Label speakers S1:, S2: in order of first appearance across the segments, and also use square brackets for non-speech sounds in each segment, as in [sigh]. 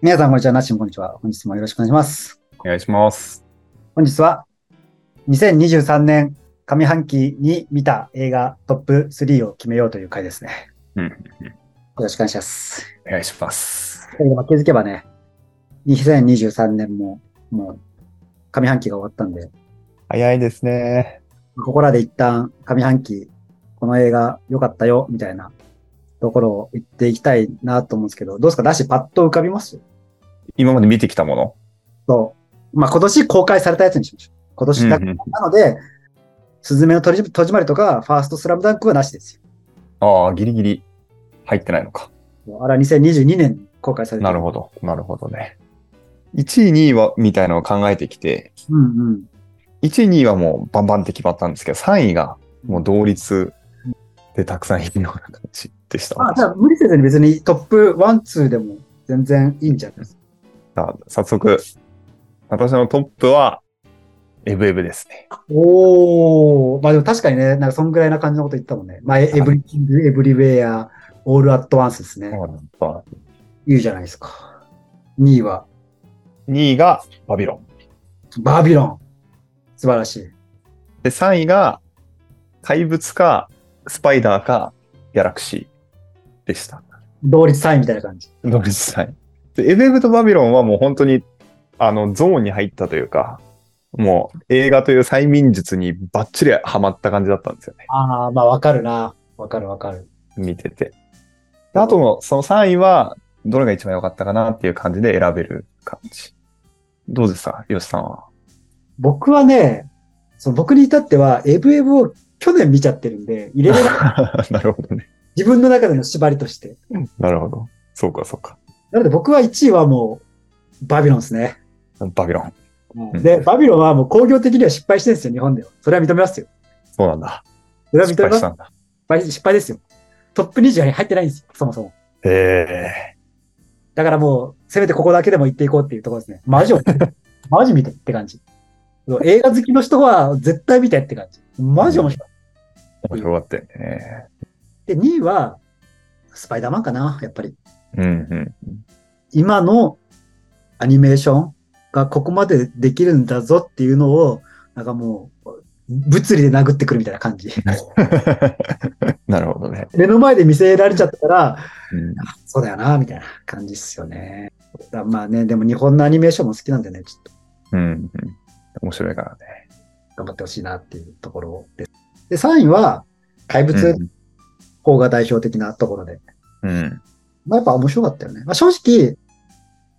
S1: 皆さん、こんにちは。なっしん、こんにちは。本日もよろしくお願いします。
S2: お願いします。
S1: 本日は、2023年上半期に見た映画トップ3を決めようという回ですね。
S2: うん
S1: よろしくお願いします。
S2: お願いします。
S1: まあ気づけばね、2023年も、もう、上半期が終わったんで、
S3: 早いですね。
S1: ここらで一旦上半期、この映画良かったよ、みたいなところを言っていきたいなと思うんですけど、どうですかだし、パッと浮かびます
S2: 今まで見てきたもの。
S1: そう。まあ、今年公開されたやつにしましょう。今年だ、
S2: うんうん
S1: なので、すずめの戸締戸締まりとか、ファーストスラムダンクはなしです
S2: ああ、ギリギリ入ってないのか。
S1: よ。あれは2022年に公開されて
S2: なるほど。なるほどね。1位、2位は、みたいなのを考えてきて、
S1: ど。うんうん。
S2: 1位、2位はもうバンバンって決まったんですけど、3位がもう同率でたくさんいるような感じでした。
S1: まあ、じゃあ無理せずに別にトップ1、2でも全然いいんじゃないですか。
S2: さあ早速、私のトップは、エブエブですね。
S1: おー。まあでも確かにね、なんかそんぐらいな感じのこと言ってたもんね。まあ、エブリキング、エブリウェア、オールアットワンスですね。いいじゃないですか。2位は、
S2: 2位がバビロン。
S1: バビロン。素晴らしい。
S2: で、3位が怪物か、スパイダーか、ギャラクシーでした。
S1: 同率3位みたいな感じ。
S2: 同時代。で、エブエブとバビロンはもう本当に、あの、ゾーンに入ったというか、もう映画という催眠術にバッチリハマった感じだったんですよね。
S1: ああ、まあわかるな。わかるわかる。
S2: 見てて。であとの、その3位は、どれが一番良かったかなっていう感じで選べる感じ。どうですかヨシさんは。
S1: 僕はね、その僕に至っては、エブエブを去年見ちゃってるんで、入れれない
S2: [laughs] なるほどね。
S1: 自分の中での縛りとして。
S2: なるほど。そうか、そうか。
S1: なので僕は1位はもう、バビロンですね。
S2: バビロン。ん
S1: で、バビロンはもう工業的には失敗してるんですよ、日本では。それは認めますよ。
S2: そうなんだ。
S1: それは認
S2: 失
S1: め
S2: 敗
S1: ま
S2: し
S1: す
S2: たんだ。
S1: 失敗失敗ですよ。トップ20に入ってないんですよ、そもそも。
S2: へえ
S1: だからもう、せめてここだけでも行っていこうっていうところですね。マ
S2: [laughs]
S1: ジを、マジ見てって感じ。そう映画好きの人は絶対見てって感じ。マジ面白い。
S2: 面白かったよね。
S1: で、2位は、スパイダーマンかな、やっぱり。
S2: うんうん。
S1: 今のアニメーションがここまでできるんだぞっていうのを、なんかもう、物理で殴ってくるみたいな感
S2: [laughs]
S1: じ。
S2: [laughs] なるほどね。
S1: 目の前で見せられちゃったから、
S2: うん
S1: そうだよな、みたいな感じっすよね。だまあね、でも日本のアニメーションも好きなんでね、ちょっと
S2: うんうん。面白いからね。
S1: 頑張ってほしいなっていうところです。で、3位は、怪物
S2: うん
S1: 法が代表的なところで。
S2: うん。
S1: まあ、やっぱ面白かったよね。まあ、正直、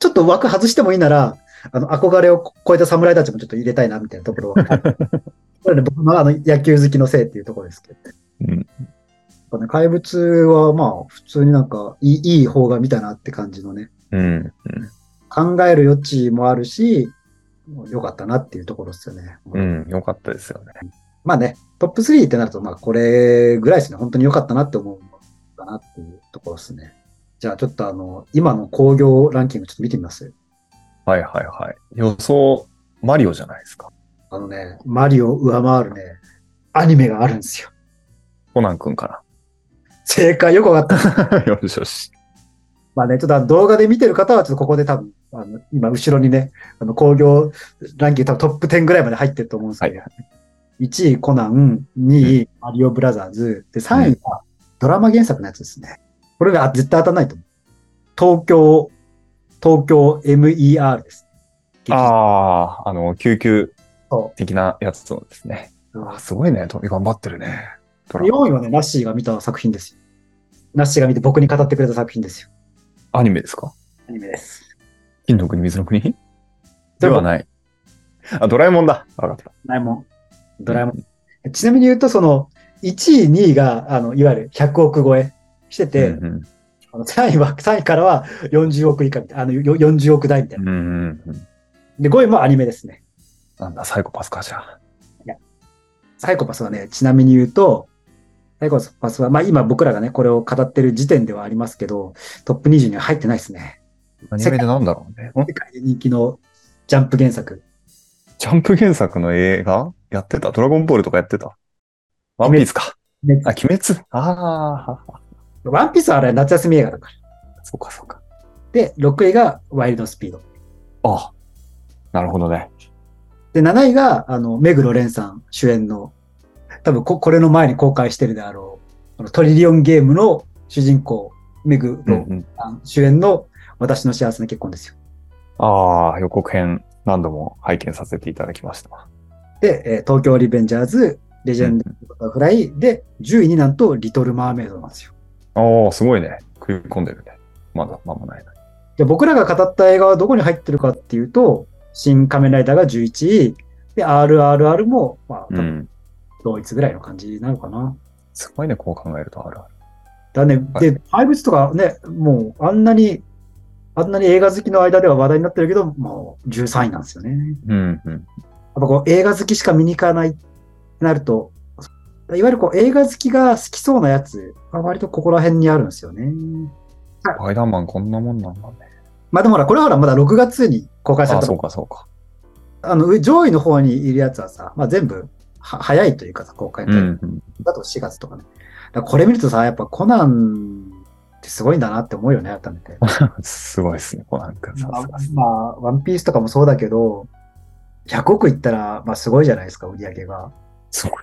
S1: ちょっと枠外してもいいなら、あの、憧れを超えた侍たちもちょっと入れたいな、みたいなところ
S2: [laughs]
S1: は。これね、僕のあの野球好きのせいっていうところですけど。
S2: うん
S1: やっぱね、怪物はまあ、普通になんかいい、いい方が見たなって感じのね、
S2: うん。
S1: 考える余地もあるし、もう良かったなっていうところですよね。
S2: うん。よかったですよね。
S1: まあね、トップ3ってなると、まあこれぐらいですね。本当に良かったなって思うかなっていうところですね。じゃあちょっとあの、今の工業ランキングちょっと見てみます
S2: はいはいはい。予想、マリオじゃないですか。
S1: あのね、マリオを上回るね、アニメがあるんですよ。
S2: コナン君か
S1: 正解よくわかった。 [laughs]
S2: な。 [laughs] よしよし。
S1: まあね、ちょっとあの動画で見てる方は、ちょっとここで多分、あの今後ろにね、あの工業ランキング多分トップ10ぐらいまで入ってると思うんです
S2: は
S1: け
S2: い
S1: ど、。1位コナン、2位マリオブラザーズ、で、3位はドラマ原作のやつですね。これが絶対当たんないと思う。東京、東京 MER です。
S2: ああ、あの、救急
S1: そ
S2: 的なやつそうですね。あすごいね。と頑張ってるね。ドラ
S1: 4位はね、ナッシーが見た作品ですよ。ナッシーが見て僕に語ってくれた作品ですよ。
S2: アニメですか
S1: アニメです。
S2: 金の国、水の国ではない。あ、ドラえもんだ。わかった。
S1: ドラえもん。ドラえもん。ちなみに言うと、その、1位、2位が、あの、いわゆる100億超えしてて、
S2: うんうん
S1: あの3位は、3位からは40億以下みたいな、あの、よ40億台みたいな。
S2: うんうんうん。
S1: で、5位もアニメですね。
S2: なんだ、サイコパスかじゃあ。
S1: サイコパスはね、ちなみに言うと、サイコパスは、まあ今僕らがね、これを語ってる時点ではありますけど、トップ20には入ってないですね。
S2: アニメでなんだろうね。ん
S1: 世界で人気のジャンプ原作。
S2: ジャンプ原作の映画やってたドラゴンボールとかやってたワンピースか。
S1: ね
S2: あ、鬼滅ああ、
S1: ワンピースはあれ夏休み映画だから。
S2: そうかそうか。
S1: で、6位がワイルドスピード。
S2: あ、なるほどね。
S1: で、7位が、あの、目黒蓮さん主演の、多分こ、これの前に公開してるであろう、あのトリリオンゲームの主人公、目黒
S2: うん。
S1: さん主演の私の幸せな結婚ですよ。
S2: ああ、予告編何度も拝見させていただきました。
S1: で、えー東京リベンジャーズ、レジェンドバタフライで、10位になんと、リトル・マーメイドなんですよ。
S2: ああ、すごいね。食い込んでるね。まだ間もないな。
S1: で、僕らが語った映画はどこに入ってるかっていうと、新仮面ライダーが11位、で、RRR も、まあ、多
S2: う
S1: 分
S2: ん。
S1: 同一ぐらいの感じなのかな。
S2: すごいね、こう考えるとあるある。
S1: だね。
S2: はい
S1: で、怪物とかね、もうあんなに、あんなに映画好きの間では話題になってるけど、もう13位なんですよね。やっ
S2: うん、うん。
S1: ぱこう映画好きしか見に行かないってなると、いわゆるこう映画好きが好きそうなやつ、まあ割とここら辺にあるんですよね。
S2: スパイダーマンこんなもんなんだね。
S1: まあでもほら、これはほら、まだ6月に公開さ
S2: あ
S1: れ
S2: あ、
S1: た
S2: そうか、そうか。
S1: あの、上位の方にいるやつはさ、まあ全部は早いというかさ、公開
S2: う
S1: のタイミング
S2: ん、うん。
S1: だと4月とかね。だからこれ見るとさ、やっぱコナンってすごいんだなって思うよね、改めて。
S2: [laughs] すごいですね、コナン君。さすがです。
S1: まあ、ワンピースとかもそうだけど、100億いったら、まあすごいじゃないですか、売り上げが。
S2: すごい。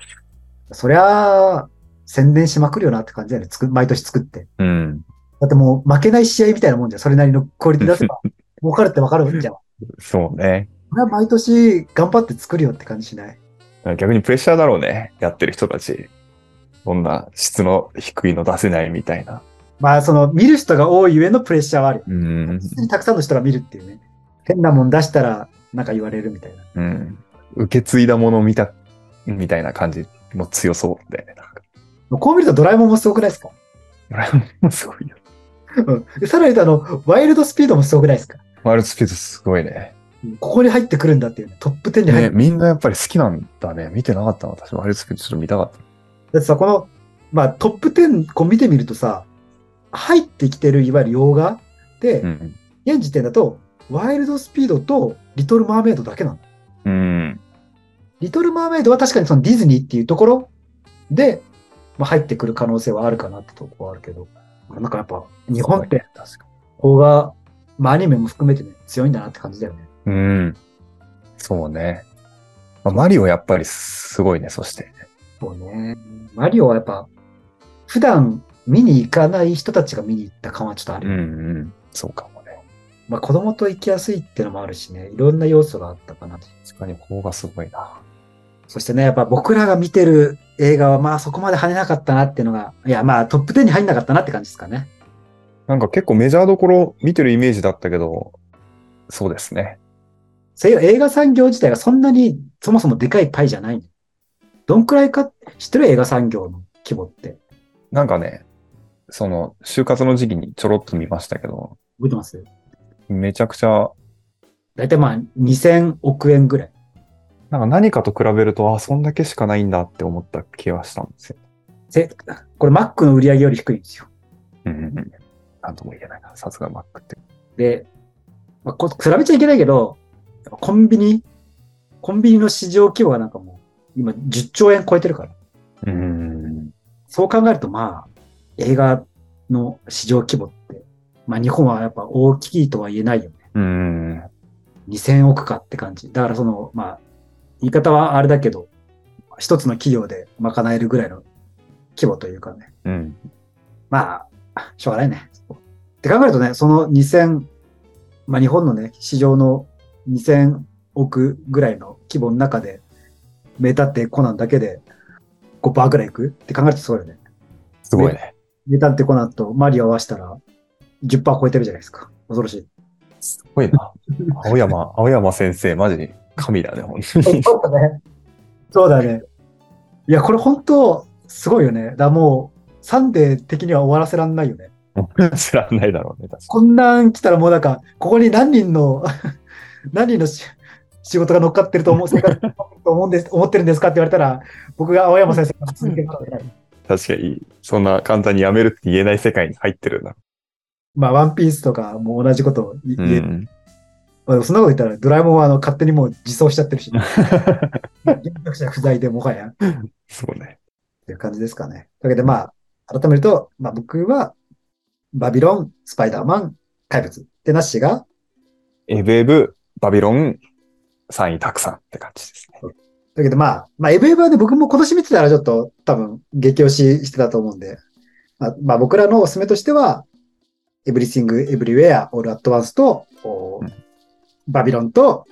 S1: そりゃあ、宣伝しまくるよなって感じだよね、つく毎年作って。
S2: うん。
S1: だってもう負けない試合みたいなもんじゃん、それなりのクオリティ出せ
S2: [laughs]
S1: ば、儲かるって分かるんじゃん。こ
S2: そうね。
S1: れは毎年頑張って作るよって感じしない。
S2: 逆にプレッシャーだろうね、やってる人たち。こんな質の低いの出せないみたいな。
S1: まあ、その、見る人が多いゆえのプレッシャーはあるよ。
S2: う
S1: 普。
S2: ん
S1: 通にたくさんの人が見るっていうね。変なもん出したら、なんか言われるみたいな。
S2: うん。受け継いだものを見た、みたいな感じも強そうだよね。なんか
S1: こう見るとドラえもんもすごくないですか
S2: ドラえもんもすごいよ。
S1: うんでさらに言うと、あの、ワイルドスピードもすごくないですか
S2: ワイルドスピードすごいね。
S1: ここに入ってくるんだっていうね、トップ10に入
S2: ね、
S1: る。
S2: みんなやっぱり好きなんだね。見てなかったの私もワイルドスピードちょっと見たかった。
S1: だってさ、この、まあトップ10こう見てみるとさ、入ってきてるいわゆる洋画で、
S2: うん。
S1: 現時点だと、ワイルドスピードとリトル・マーメイドだけなの。
S2: うん。
S1: リトル・マーメイドは確かにそのディズニーっていうところで、まあ、入ってくる可能性はあるかなってとこはあるけど、なんかやっぱ日本って、
S2: 確か
S1: 邦画、まあアニメも含めてね、強いんだなって感じだよね。
S2: に。うん。そうね。まあマリオやっぱりすごいね、そして。
S1: そうね。マリオはやっぱ、普段見に行かない人たちが見に行った感はちょっとあるよね
S2: んうん。そうかもね。
S1: まあ、子供と行きやすいっていうのもあるしね、いろんな要素があったかなと。
S2: 確かに方がすごいな。
S1: そしてね、やっぱ僕らが見てる映画は、まあそこまで跳ねなかったなっていうのが、いや、まあトップ10に入んなかったなって感じですかね。
S2: なんか結構メジャーどころ見てるイメージだったけど、そうですね。
S1: そういう映画産業自体がそんなにそもそもでかいパイじゃない。どんくらいか知ってる映画産業の規模って。
S2: なんかね、その、就活の時期にちょろっと見ましたけど、
S1: 覚えてます
S2: めちゃくちゃ、
S1: だいたいまあ2000億円ぐらい。
S2: なんか何かと比べると、あ、そんだけしかないんだって思った気はしたんですよ。
S1: せこれマックの売り上げより低いんですよ。
S2: うんうんうん。なんとも言えないな。さすがマックって。
S1: で、まあ、こ比べちゃいけないけど、やっぱコンビニ、コンビニの市場規模がなんかもう、今10兆円超えてるから。
S2: うん。
S1: そう考えると、まあ、映画の市場規模って、まあ日本はやっぱ大きいとは言えないよね。
S2: うん。
S1: 2000億かって感じ。だからその、まあ、言い方はあれだけど、一つの企業で賄えるぐらいの規模というかね。
S2: うん。
S1: まあ、しょうがないね。って考えるとね、その2000、まあ日本のね、市場の2000億ぐらいの規模の中で、名探偵コナンだけで5%ぐらいいくって考えるとすごいよね。
S2: すごいね。
S1: 名探偵コナンとマリオ合わせたら10%超えてるじゃないですか。恐ろしい。
S2: すごい [laughs] な。青山、青山先生、マジ神だね、本当に。
S1: そうだね。そうだね。いや、これ本当、すごいよね。だからもう、サンデー的には終わらせらんないよね。
S2: [laughs] 知らないだろうね、確か
S1: こんなん来たらもうなんか、ここに何人の、 [laughs] 何人のし仕事が乗っかってると思う、生活が乗っ [laughs] かってると思うんです、思ってるんですかって言われたら、僕が青山先生が続けることはない。
S2: に。確かに、そんな簡単にやめるって言えない世界に入ってるな。
S1: まあ、ワンピースとかも同じことを言え、
S2: うん。
S1: まあでもそんなこと言ったら、ドラえもんはあの勝手にもう自走しちゃってる
S2: [laughs]
S1: し、原作者不在でもはや。
S2: そうね。
S1: っていう感じですかね。というわけで、まあ、改めると、まあ僕は、バビロン、スパイダーマン、怪物で、ナッシーが、
S2: エブエブ、バビロン、3位たくさんって感じですね。
S1: だけどまあ、まあ、エブエブはね、僕も今年見てたらちょっと多分激推ししてたと思うんで、まあ、まあ僕らのおすすめとしては、エブリシング、エブリウェア、オールアットワンスと、おー
S2: うん
S1: バビロンと、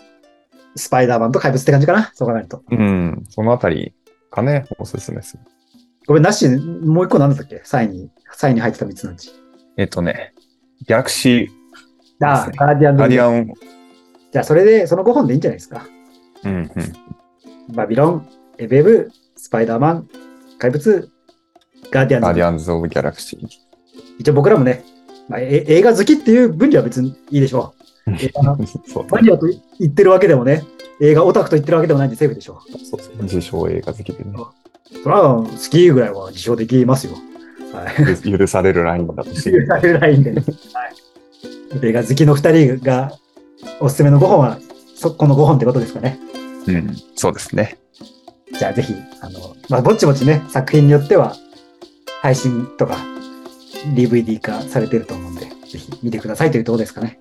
S1: スパイダーマンと怪物って感じかなそう考えると。
S2: うん。そのあたりかね、おすすめです。
S1: ごめん、ナッシー、もう一個何だったっけ ?3 位に、3位に入ってた3つのうち。
S2: えっとね、ギャラクシー、
S1: ああ、
S2: そうですね
S1: ガーディアンズ
S2: ガーディアン、
S1: じゃあ、それで、その5本でいいんじゃないですか。
S2: うんうん。
S1: バビロン、エブエブ、スパイダーマン、怪物、ガーディア
S2: ガー
S1: ン
S2: ディ
S1: ズ。
S2: アンズ・オブ・ギャラクシー。
S1: 一応僕らもね、まあ、え映画好きっていう分には別にいいでしょう。映画の
S2: そう
S1: マニアと言ってるわけでもね、映画オタクと言ってるわけでもないんでセーフでしょ
S2: そうそう自称映画好きでね、
S1: う。そら、好きぐらいは自称できますよ。はい。
S2: ゆ許されるラインだとして。
S1: 許されないんで、ねはい。映画好きの2人がおすすめの5本は、そこの5本ってことですかね。
S2: うん、そうですね。
S1: じゃあぜひ、あの、まあ、ぼちぼちね、作品によっては、配信とか、DVD 化されてると思うんで、ぜひ見てくださいというところですかね。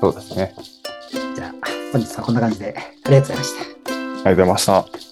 S2: そうですね。
S1: じゃあ、本日はこんな感じで、ありがとうございました。
S2: ありがとうございました。